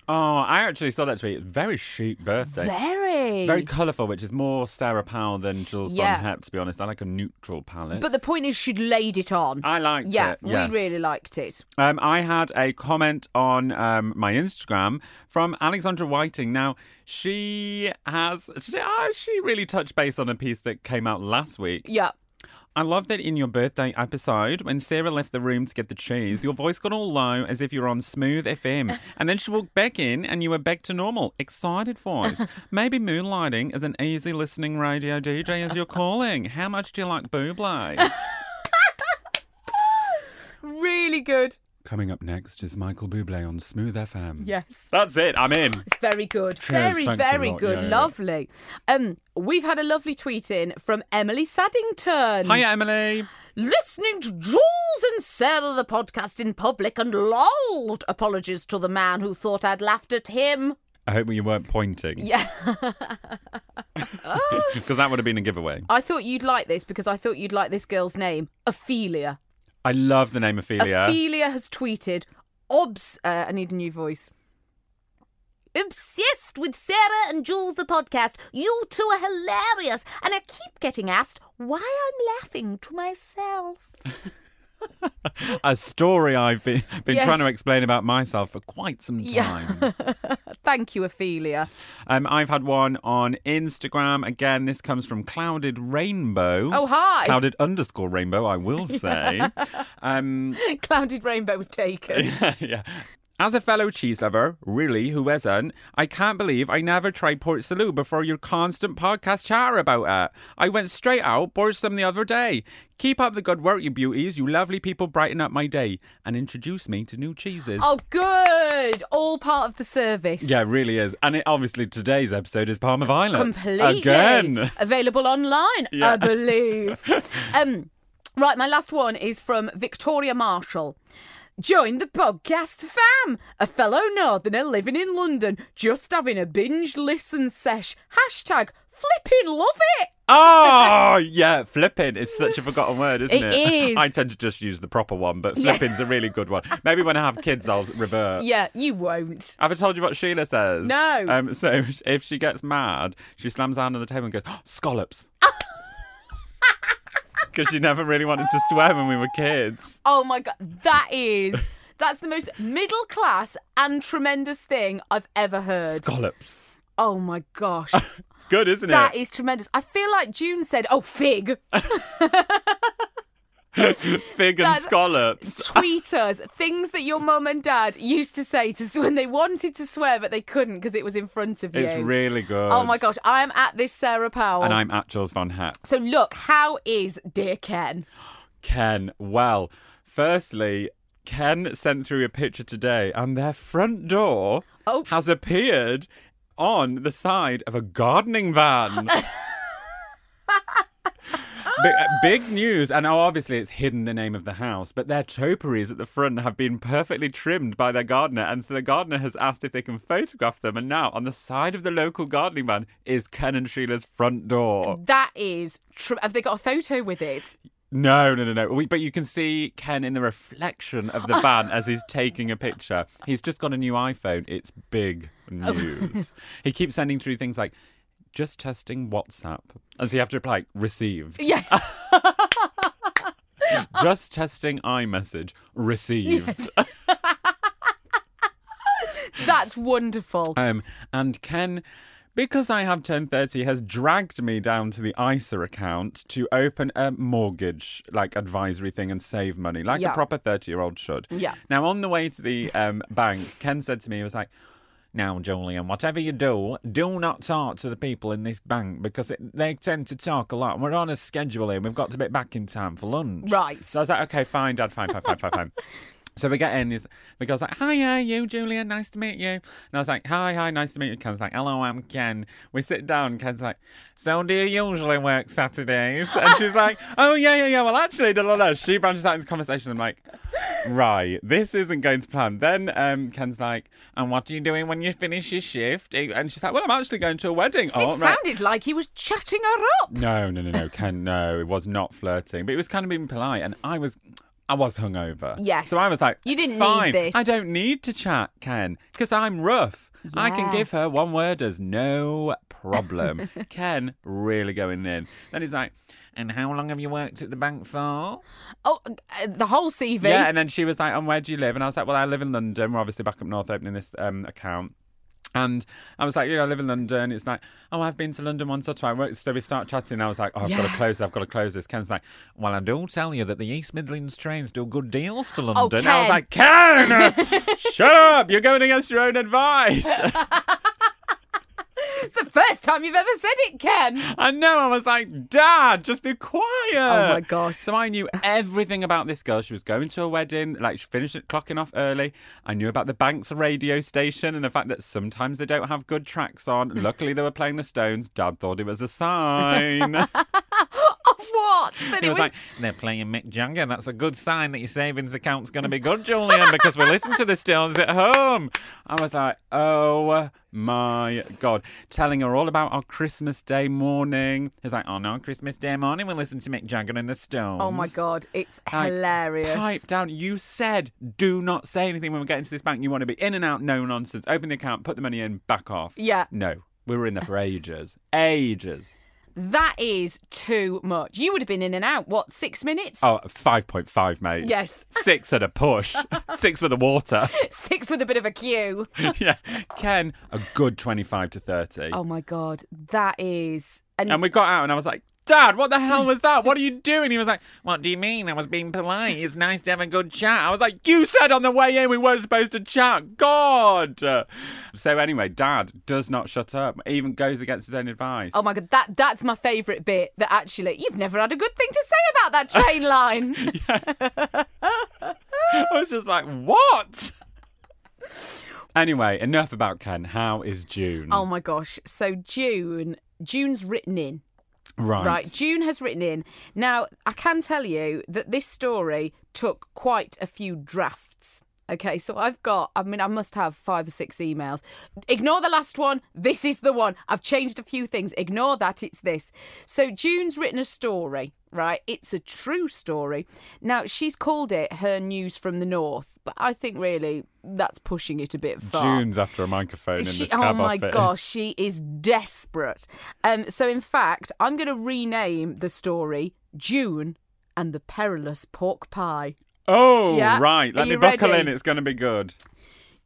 B: Oh, I actually saw that tweet. Very chic birthday.
C: Very.
B: Very colourful, which is more Sarah Powell than Jules
C: Yeah.
B: Von Hepp, to be honest. I like a neutral palette.
C: But the point is, she'd laid it on.
B: I liked
C: yeah,
B: it, yes.
C: we really liked it.
B: Um, I had a comment on um, my Instagram from Alexandra Whiting. Now she has she, ah, she really touched base on a piece that came out last week.
C: Yeah.
B: I love that in your birthday episode when Sarah left the room to get the cheese, your voice got all low as if you were on smooth FM, and then she walked back in and you were back to normal, excited voice. Maybe moonlighting is an easy listening radio DJ as you're calling. How much do you like Buble?
C: Really good.
B: Coming up next is Michael Buble on Smooth FM.
C: Yes.
B: That's it. I'm in.
C: It's very good.
B: Cheers,
C: very,
B: thanks a
C: very
B: lot.
C: good.
B: Yeah, yeah, yeah.
C: lovely. Um, we've had a lovely tweet in from Emily Saddington.
B: Hi, Emily.
C: Listening to Jules and Sarah the podcast in public and lolled. Apologies to the man who thought I'd laughed at him.
B: I hope you weren't pointing
C: Yeah.
B: because that would have been a giveaway.
C: I thought you'd like this because I thought you'd like this girl's name, Ophelia.
B: I love the name Ophelia.
C: Ophelia has tweeted, "Obs, uh, I need a new voice." Obsessed with Sarah and Jules the podcast. You two are hilarious, and I keep getting asked why I'm laughing to myself.
B: a story I've been, been
C: Yes.
B: trying to explain about myself for quite some time.
C: Thank you, Ophelia.
B: um, I've had one on Instagram. Again, this comes from Clouded Rainbow.
C: Oh, hi.
B: Clouded underscore rainbow, I will say. um,
C: Clouded rainbow was taken.
B: yeah. As a fellow cheese lover, really, who isn't, I can't believe I never tried Port Salut before your constant podcast chatter about it. I went straight out, bought some the other day. Keep up the good work, you beauties. You lovely people brighten up my day and introduce me to new cheeses.
C: Oh, good. All part of the service.
B: Yeah, it really is. And it, obviously, today's episode is Palm of Island.
C: Completely.
B: Again.
C: Available online,
B: Yeah.
C: I believe. um, right, my last one is from Victoria Marshall. Join the podcast fam, a fellow northerner living in London, just having a binge listen sesh. Hashtag flipping love it.
B: Oh, yeah, flipping is such a forgotten word, isn't it?
C: It is.
B: I tend to just use the proper one, but
C: Yeah.
B: flipping's a really good one. Maybe when I have kids, I'll revert.
C: Yeah, you won't.
B: Have I told you what Sheila says?
C: No.
B: Um, so if she gets mad, she slams down on the table and goes, "Oh, "Scallops," because she never really wanted to swear when we were kids.
C: Oh my god, that is that's the most middle class and tremendous thing I've ever heard.
B: Scallops.
C: Oh my gosh.
B: It's good, isn't
C: That
B: it?
C: is tremendous. I feel like June said, "Oh, fig."
B: Fig and
C: that's-
B: scallops.
C: Tweeters, things that your mum and dad used to say to when they wanted to swear but they couldn't because it was in front of you.
B: It's really good.
C: Oh my gosh, Oh. I am at this Sarah Powell.
B: And I'm at Jules Von Heck.
C: So look, how is dear Ken?
B: Ken. Well, firstly, Ken sent through a picture today, and their front door
C: Oh.
B: has appeared on the side of a gardening van. Bi- uh, big news, and obviously it's hidden the name of the house, but their topiaries at the front have been perfectly trimmed by their gardener, and so the gardener has asked if they can photograph them. And now, on the side of the local gardening van is Ken and Sheila's front door.
C: That is tre- have they got a photo with it?
B: No, no, no, no. We, but you can see Ken in the reflection of the van as he's taking a picture. He's just got a new iPhone. It's big news. he keeps sending through things like, just testing WhatsApp. And so you have to reply, received.
C: Yeah.
B: Just testing iMessage, received.
C: That's wonderful.
B: Um, and Ken, because I have 1030, has dragged me down to the ISA account to open a mortgage like advisory thing and save money, like
C: Yeah.
B: a proper 30 year old should.
C: Yeah.
B: Now, on the way to the um, bank, Ken said to me, he was like, now, Julian, whatever you do, do not talk to the people in this bank because it, they tend to talk a lot. And we're on a schedule here. and We've got to be back in time for lunch.
C: Right.
B: So I was like, okay, fine, Dad, fine, fine, fine, fine, fine. So we get in. is- The girl's like, "Hi, are you, Julia? Nice to meet you." And I was like, "Hi, hi, nice to meet you." Ken's like, "Hello, I'm Ken." We sit down. Ken's like, "So do you usually work Saturdays?" And she's like, "Oh yeah, yeah, yeah. Well, actually, da, da, da." she branches out into conversation. I'm like, "Right, this isn't going to plan." Then um, Ken's like, "And what are you doing when you finish your shift?" And she's like, "Well, I'm actually going to a wedding."
C: it
B: oh, right.
C: sounded like he was chatting her up.
B: No, no, no, no, Ken. No, it was not flirting, but it was kind of being polite, and I was, I was hungover.
C: Yes.
B: So I was like,
C: You didn't need
B: Fine,
C: this."
B: I don't need to chat, Ken, because I'm rough. I can
C: Yeah.
B: give her one word as no problem. Ken really going in. Then he's like, and how long have you worked at the bank for?
C: Oh, uh, the whole CV.
B: Yeah, and then she was like, "And where do you live?" And I was like, "Well, I live in London. We're obviously back up north opening this um, account." And I was like, "You know, I live in London." It's like, "Oh, I've been to London once or twice." So we start chatting. And I was like, "Oh, I've got to
C: Yeah.
B: close. This, I've got to close this." Ken's like, "Well, I do tell you that the East Midlands trains do good deals to London." And I was
C: Oh, Ken.
B: like, "Ken, shut up! You're going against your own advice."
C: It's the first time you've ever said it, Ken.
B: I know. I was like, Dad, just be quiet. Oh
C: my gosh.
B: So I knew everything about this girl. She was going to a wedding, like she finished it clocking off early. I knew about the bank's radio station and the fact that sometimes they don't have good tracks on. Luckily, they were playing the Stones. Dad thought it was a sign.
C: Of what? That
B: he was like, they're playing Mick Jagger. That's a good sign that your savings account's going to be good, Julian, because we listen to the Stones at home. I was like, oh my God. Telling her all about our Christmas Day morning. He's like, on our Christmas Day morning, we listen to Mick Jagger and the Stones.
C: oh my god, it's
B: Like,
C: hilarious.
B: Pipe down. You said, do not say anything when we get into this bank. You want to be in and out, no nonsense. Open the account, put the money in, back off.
C: Yeah.
B: No, we were in there for ages. Ages.
C: That is too much. You would have been in and out. What? Six minutes?
B: Oh, 5.5, mate.
C: Yes,
B: Six at a push, six with the water.
C: six with a bit of a queue.
B: yeah. Ken, a good 25 to 30.
C: Oh my god, that is And,
B: And we got out, and I was like, Dad, what the hell was that? What are you doing? He was like, What do you mean? I was being polite. It's nice to have a good chat. I was like, You said on the way in we weren't supposed to chat. God. So, anyway, Dad does not shut up, even goes against his own advice.
C: oh my god, that that's my favourite bit. That actually, you've never had a good thing to say about that train line.
B: I was just like, What? anyway, enough about Ken. How is June?
C: oh my gosh. So June, June's written in.
B: right.
C: Right, June has written in. Now, I can tell you that this story took quite a few drafts. Okay, so I've got, I mean, I must have five or six emails. Ignore the last one. This is the one. I've changed a few things. Ignore that. It's this. So June's written a story, right? It's a true story. Now, she's called it her news from the north, but I think really that's pushing it a bit far.
B: June's after a microphone in
C: She-
B: this
C: oh
B: cab
C: my
B: office.
C: gosh, she is desperate. Um, so in fact, I'm going to rename the story June and the Perilous Pork Pie.
B: Oh,
C: Yeah.
B: right.
C: Are
B: Let me
C: you
B: buckle
C: ready?
B: in. It's going to be good.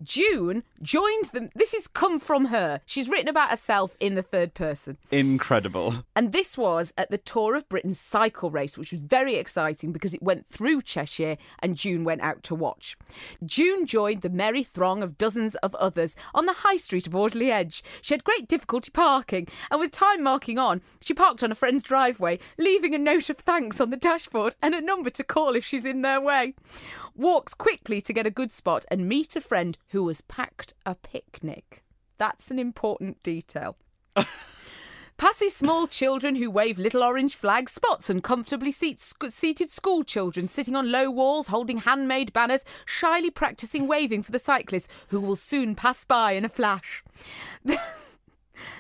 C: June joined them. This has come from her. She's written about herself in the third person.
B: Incredible.
C: And this was at the Tour of Britain cycle race, which was very exciting because it went through Cheshire and June went out to watch. June joined the merry throng of dozens of others on the high street of Audley Edge. She had great difficulty parking, and with time marking on, she parked on a friend's driveway, leaving a note of thanks on the dashboard and a number to call if she's in their way. Walks quickly to get a good spot and meet a friend who has packed a picnic. That's an important detail passes small children who wave little orange flags, spots uncomfortably seat, sc- seated school children sitting on low walls holding handmade banners, shyly practicing waving for the cyclists who will soon pass by in a flash.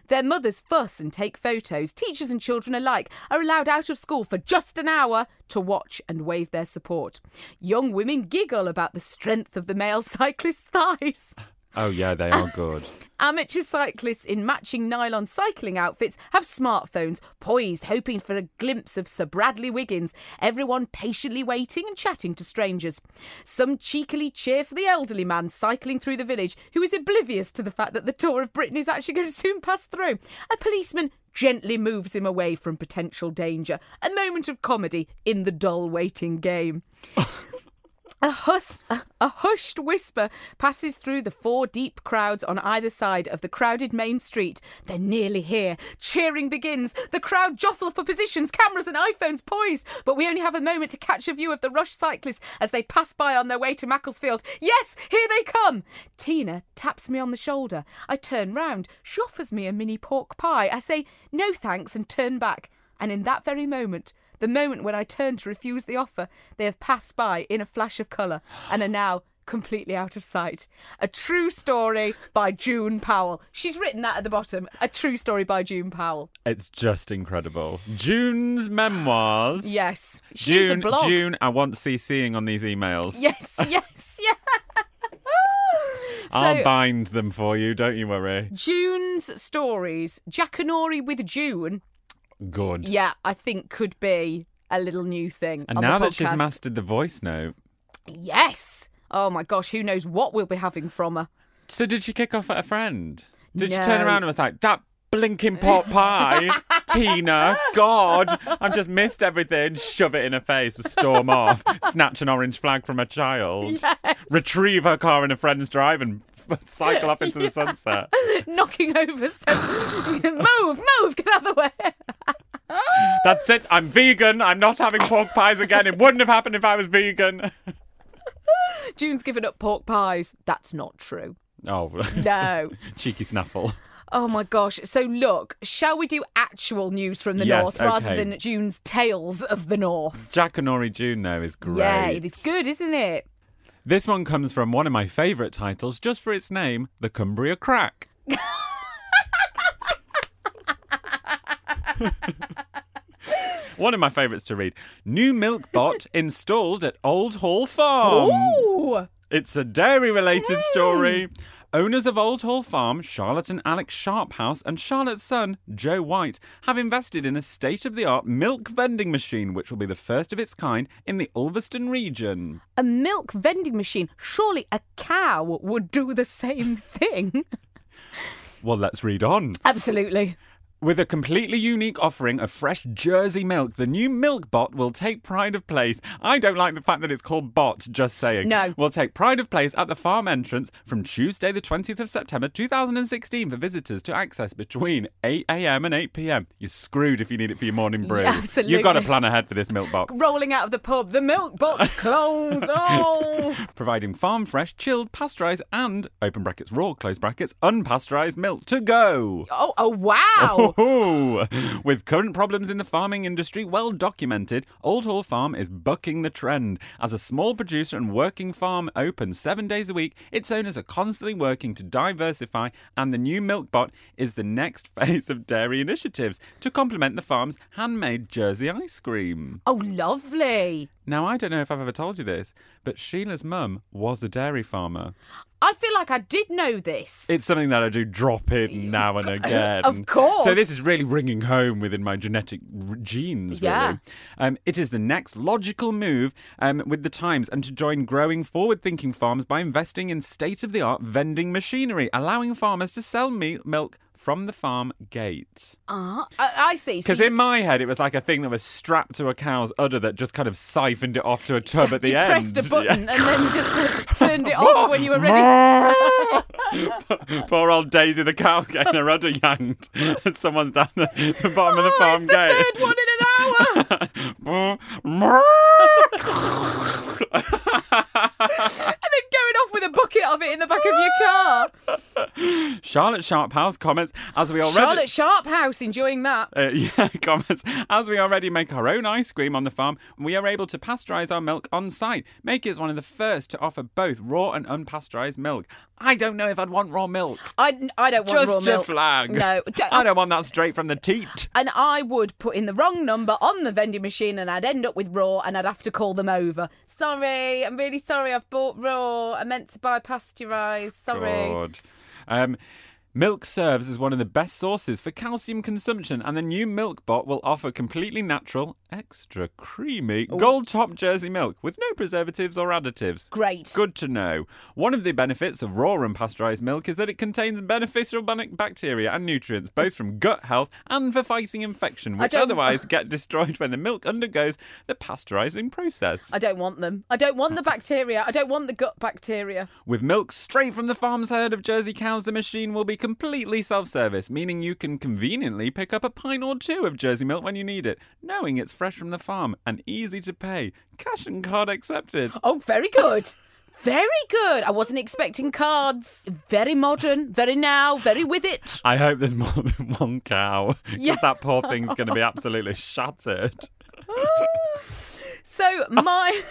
C: Their mothers fuss and take photos. Teachers and children alike are allowed out of school for just an hour to watch and wave their support. Young women giggle about the strength of the male cyclist's thighs.
B: Oh, yeah, they are good.
C: Amateur cyclists in matching nylon cycling outfits have smartphones poised, hoping for a glimpse of Sir Bradley Wiggins, everyone patiently waiting and chatting to strangers. Some cheekily cheer for the elderly man cycling through the village, who is oblivious to the fact that the Tour of Britain is actually going to soon pass through. A policeman gently moves him away from potential danger. A moment of comedy in the dull waiting game. A, hus- a hushed whisper passes through the four deep crowds on either side of the crowded main street. They're nearly here. Cheering begins. The crowd jostle for positions, cameras and iPhones poised, but we only have a moment to catch a view of the rush cyclists as they pass by on their way to Macclesfield. Yes, here they come. Tina taps me on the shoulder. I turn round. She offers me a mini pork pie. I say, no thanks, and turn back. And in that very moment, the moment when I turn to refuse the offer, they have passed by in a flash of colour and are now completely out of sight. A true story by June Powell. She's written that at the bottom. A true story by June Powell.
B: It's just incredible. June's memoirs.
C: Yes. She's
B: June,
C: a blog.
B: June, I want CCing on these emails.
C: Yes, yes, yeah.
B: I'll
C: So-
B: bind them for you, don't you worry.
C: June's stories, Jackanory with June,
B: Good.
C: yeah, I think could be a little new thing.
B: And
C: on
B: now
C: the
B: that she's
C: podcast.
B: mastered the voice note.
C: Yes. Oh my gosh, who knows what we'll be having from her.
B: So did she kick off at a friend? Did she turn
C: No.
B: around and was like, that blinking pot pie, Tina, God, I've just missed everything. Shove it in her face, storm off, snatch an orange flag from a child, retrieve her car in a friend's drive and cycle off into the sunset.
C: knocking over. So move, move, get out of the way.
B: That's it. I'm vegan. I'm not having pork pies again. It wouldn't have happened if I was vegan.
C: June's given up pork pies. That's not true.
B: Oh,
C: No.
B: Cheeky snaffle.
C: Oh my gosh. So look, shall we do actual news from the
B: Yes,
C: north rather
B: okay.
C: than June's tales of the north?
B: Jack and Ori June, though, is great.
C: Yeah, it's good, isn't it?
B: This one comes from one of my favourite titles, just for its name, The Cumbria Crack. one of my favourites to read. New milk bot installed at Old Hall Farm.
C: Ooh.
B: It's a dairy related story. Owners of Old Hall Farm, Charlotte and Alex Sharphouse, and Charlotte's son, Joe White, have invested in a state of the art milk vending machine, which will be the first of its kind in the Ulverston region.
C: A milk vending machine. Surely a cow would do the same thing.
B: Well, let's read on.
C: Absolutely.
B: With a completely unique offering of fresh Jersey milk, the new Milk Bot will take pride of place. I don't like the fact that it's called Bot, just saying.
C: No.
B: Will take pride of place at the farm entrance from Tuesday, the 20th of September 2016, for visitors to access between 8am and 8pm. You're screwed if you need it for your morning brew.
C: Yeah, absolutely.
B: You've got to plan ahead for this Milk Bot.
C: Rolling out of the pub, the milk box closed. Oh,
B: providing farm fresh, chilled, pasteurised, and open brackets, raw, close brackets, unpasteurised milk to go.
C: oh, oh wow.
B: Ooh. Oh, With current problems in the farming industry well documented, Old Hall Farm is bucking the trend. As a small producer and working farm open seven days a week, its owners are constantly working to diversify, and the new Milk Bot is the next phase of dairy initiatives to complement the farm's handmade Jersey ice cream.
C: Oh, lovely.
B: Now, I don't know if I've ever told you this, but Sheila's mum was a dairy farmer.
C: I feel like I did know this.
B: It's something that I do drop in now and again.
C: Of course.
B: So this is really ringing home within my genetic r- genes,
C: Yeah.
B: really. Um, it is the next logical move um, with the times and to join growing forward thinking farms by investing in state of the art vending machinery, allowing farmers to sell me- milk from the farm gate.
C: Ah, I, I see. So
B: Because
C: you-
B: in my head, it was like a thing that was strapped to a cow's udder that just kind of siphoned it off to a tub at the
C: you
B: end.
C: pressed a
B: Yeah.
C: button and then just uh, turned it off when you were ready.
B: Poor old Daisy, the cow's getting her udder yanked. Someone's down the, the bottom of the
C: Oh,
B: farm
C: it's
B: gate.
C: the third one in an hour. and then going off with a bucket of it in the back of your car.
B: Charlotte Sharphouse comments as we already.
C: Charlotte Sharp House enjoying that.
B: Uh, yeah, comments. As we already make our own ice cream on the farm, we are able to pasteurize our milk on site. Make is one of the first to offer both raw and unpasteurized milk. I don't know if I'd want raw milk.
C: I, I don't want
B: Just
C: raw
B: a
C: milk.
B: flag.
C: No, don't-
B: I don't want that straight from the teat.
C: and I would put in the wrong number on the vending machine and I'd end up with raw and I'd have to call them over. Sorry, I'm really sorry I've bought raw. I meant to buy pasteurised. Sorry.
B: God. Um, milk serves as one of the best sources for calcium consumption, and the new Milk Bot will offer completely natural, extra creamy,
C: Oh.
B: gold top Jersey milk with no preservatives or additives.
C: Great.
B: Good to know. One of the benefits of raw and pasteurized milk is that it contains beneficial ban- bacteria and nutrients, both from gut health and for fighting infection, which
C: don't-
B: otherwise get destroyed when the milk undergoes the pasteurizing process.
C: I don't want them. I don't want the bacteria. I don't want the gut bacteria.
B: With milk straight from the farm's herd of Jersey cows, the machine will be completely self service, meaning you can conveniently pick up a pint or two of Jersey milk when you need it, knowing it's fresh from the farm and easy to pay. Cash and card accepted.
C: Oh, very good. Very good. I wasn't expecting cards. Very modern, very now, very with it.
B: I hope there's more than one cow. 'cause
C: Yeah.
B: That poor thing's going to be absolutely shattered.
C: So my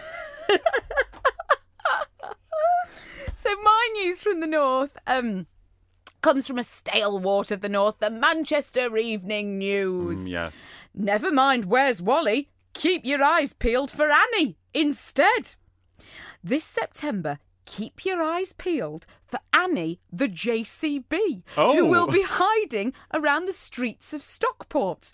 C: So my news from the north um comes from a stale wart of the north, the Manchester Evening News.
B: Mm, yes.
C: Never mind where's Wally. Keep your eyes peeled for Annie instead. This September, keep your eyes peeled for Annie the JCB,
B: Oh.
C: who will be hiding around the streets of Stockport.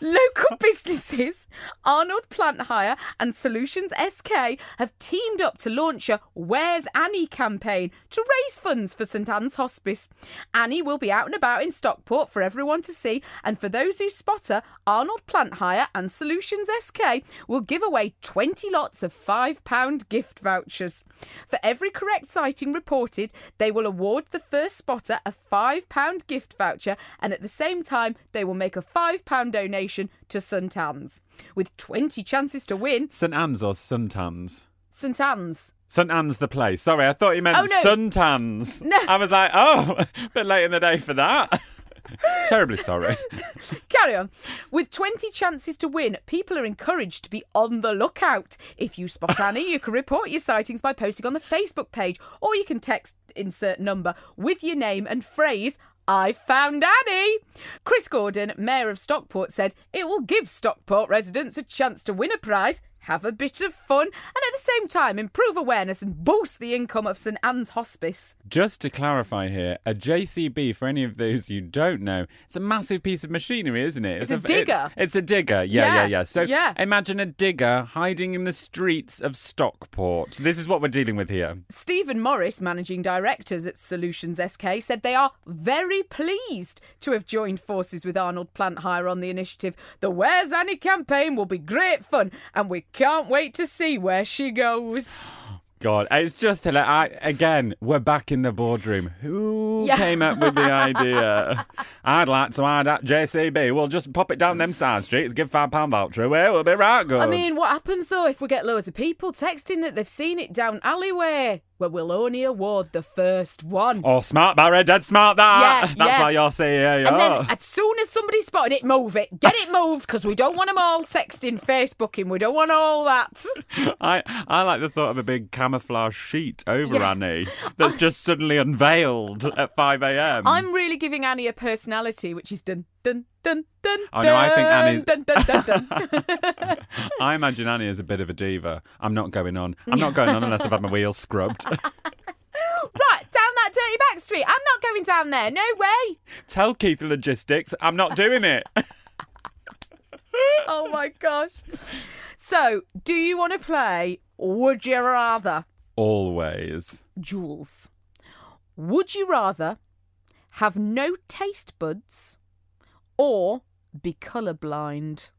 C: Local businesses, Arnold Plant Hire and Solutions SK have teamed up to launch a Where's Annie campaign to raise funds for St Anne's Hospice. Annie will be out and about in Stockport for everyone to see, and for those who spot her, Arnold Plant Hire and Solutions SK will give away 20 lots of £5 gift vouchers. For every correct sighting reported, they will award the first spotter a £5 gift voucher and at the same time, they will make a £5 donation to St Anne's. With 20 chances to win,
B: St. Anne's or Suntans?
C: St Anne's.
B: St. Anne's the place. Sorry, I thought you meant
C: Oh, no.
B: Suntans.
C: No.
B: I was like, oh, a bit late in the day for that. Terribly sorry.
C: Carry on. With 20 chances to win, people are encouraged to be on the lookout. If you spot Annie, you can report your sightings by posting on the Facebook page, or you can text insert number with your name and phrase. I found Annie! Chris Gordon, Mayor of Stockport, said it will give Stockport residents a chance to win a prize, have a bit of fun, and at the the same time improve awareness and boost the income of St Anne's Hospice.
B: Just to clarify here, a JCB, for any of those you don't know, it's a massive piece of machinery, isn't it?
C: It's a digger.
B: it- it's a digger. Yeah, yeah,
C: Yeah,
B: yeah. So
C: yeah.
B: imagine a digger hiding in the streets of Stockport. This is what we're dealing with here.
C: Stephen Morris, managing directors at Solutions SK, said they are very pleased to have joined forces with Arnold Plant Hire on the initiative. The Where's Annie campaign will be great fun, and we can't wait to see where she goes.
B: God, it's just hila- I, again, we're back in the boardroom. Who
C: Yeah.
B: came up with the idea? I'd like to add at JCB. We'll just pop it down them side streets, give five pound voucher away. It'll be right good.
C: I mean, what happens though if we get loads of people texting that they've seen it down alleyway? Well, we'll only award the first one.
B: oh, smart Barry, dead smart that.
C: Yeah,
B: That's
C: yeah.
B: why you're E CEO.
C: And then, as soon as somebody spotted it, move it. Get it moved because we don't want them all texting, Facebooking. We don't want all that.
B: I, I like the thought of a big camouflage sheet over Annie that's just suddenly unveiled at 5 a.m.
C: I'm really giving Annie a personality, which is dun dun dun dun.
B: Oh, no, I think
C: dun,
B: Annie's-
C: Dun, dun, dun, dun.
B: I imagine Annie is a bit of a diva. I'm not going on. I'm not going on unless I've had my wheels scrubbed.
C: right, down that dirty back street. I'm not going down there. No way.
B: Tell Keith Logistics I'm not doing it.
C: Oh my gosh. So, do you want to play Would You Rather?
B: Always.
C: Jules. Would you rather have no taste buds or be colourblind?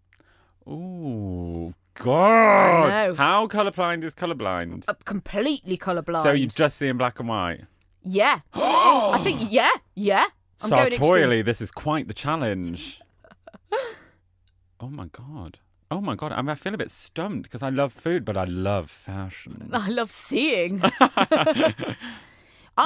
B: Ooh, God.
C: I know.
B: How colourblind is colourblind?
C: Uh, completely colourblind.
B: So you just see in black and white.
C: Yeah. I think, yeah, yeah. I'm going extreme.
B: Sartorially, this is quite the challenge. oh my god. Oh my god. I, mean, I feel a bit stumped because I love food, but I love fashion.
C: I love seeing. I-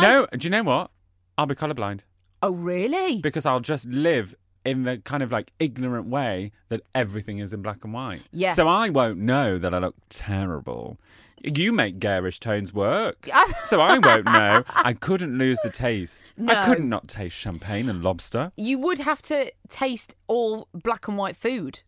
B: no, do you know what? I'll be colourblind
C: Oh, really?
B: because I'll just live in the kind of like ignorant way that everything is in black and white.
C: Yeah.
B: So I won't know that I look terrible. You make garish tones work. so I won't know. I couldn't lose the taste. I
C: No.
B: couldn't not taste champagne and lobster.
C: you would have to taste all black and white food,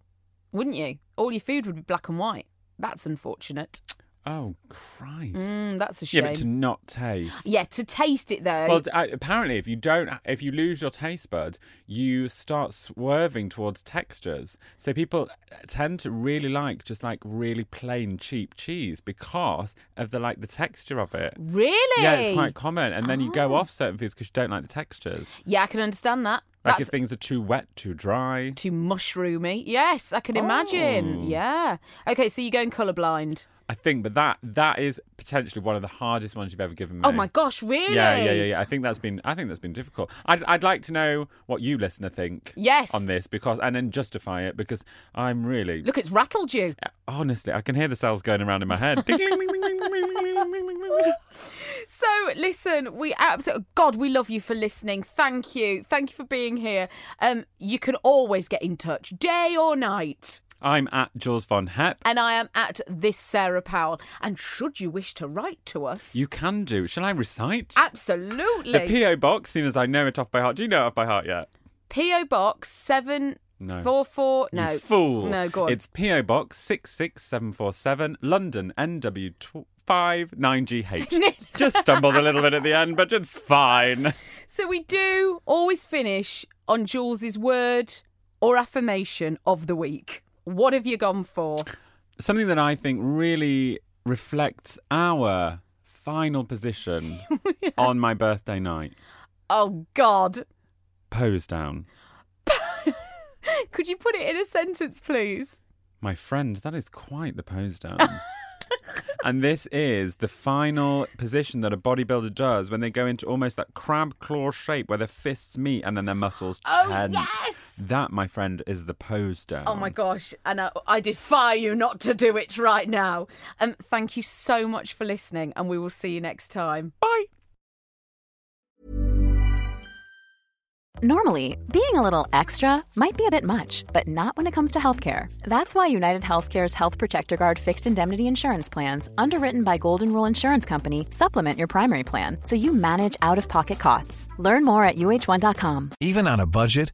C: wouldn't you? All your food would be black and white. That's unfortunate.
B: Oh Christ!
C: Mm, that's a
B: yeah,
C: shame.
B: but to not taste.
C: Yeah, to taste it though.
B: Well, d- uh, apparently, if you don't, if you lose your taste buds, you start swerving towards textures. So people tend to really like just like really plain cheap cheese because of the like the texture of it.
C: really? Oh.
B: Yeah, it's quite common. And then you go off certain foods because you don't like the textures.
C: Yeah, I can understand that.
B: Like
C: that's
B: if things are too wet, too dry.
C: too mushroomy. Yes, I can imagine.
B: Oh.
C: Yeah. Okay, so you're going colourblind.
B: I think, but that that is potentially one of the hardest ones you've ever given me.
C: Oh my gosh, really?
B: Yeah, yeah, yeah, yeah. I think that's been I think that's been difficult. I'd I'd like to know what you listener think.
C: Yes.
B: On this because and then justify it because I'm really
C: Look, it's rattled you.
B: honestly I can hear the cells going around in my head. Ding, ding, ding, ding, ding, ding, ding, ding, ding, ding, ding.
C: So listen, we absolutely God, we love you for listening. Thank you, thank you for being here. Um, you can always get in touch, day or night.
B: I'm at Jules von Hepp.
C: And I am at this Sarah Powell. And should you wish to write to us,
B: You can do. Shall I recite?
C: absolutely
B: the PO box, seeing as I know it off by heart. Do you know it off by heart yet?
C: PO Box seven
B: No.
C: four four.
B: You
C: No,
B: fool.
C: No, go on.
B: It's PO Box 66747, London, NW 5 9GH. just stumbled a little bit at the end, but it's fine.
C: So we do always finish on Jules's word or affirmation of the week. What have you gone for?
B: Something that I think really reflects our final position on my birthday night
C: Oh God.
B: pose down.
C: Could you put it in a sentence, please?
B: My friend, that is quite the pose down. and this is the final position that a bodybuilder does when they go into almost that crab claw shape where their fists meet and then their muscles
C: Oh,
B: tense.
C: yes!
B: That, my friend, is the pose down.
C: Oh my gosh, and I, I defy you not to do it right now. Um, thank you so much for listening, and we will see you next time.
B: Bye.
E: Normally, being a little extra might be a bit much, but not when it comes to healthcare. That's why United Healthcare's Health Protector Guard fixed indemnity insurance plans, underwritten by Golden Rule Insurance Company, supplement your primary plan so you manage out of pocket costs. Learn more at uh1.com.
F: Even on a budget,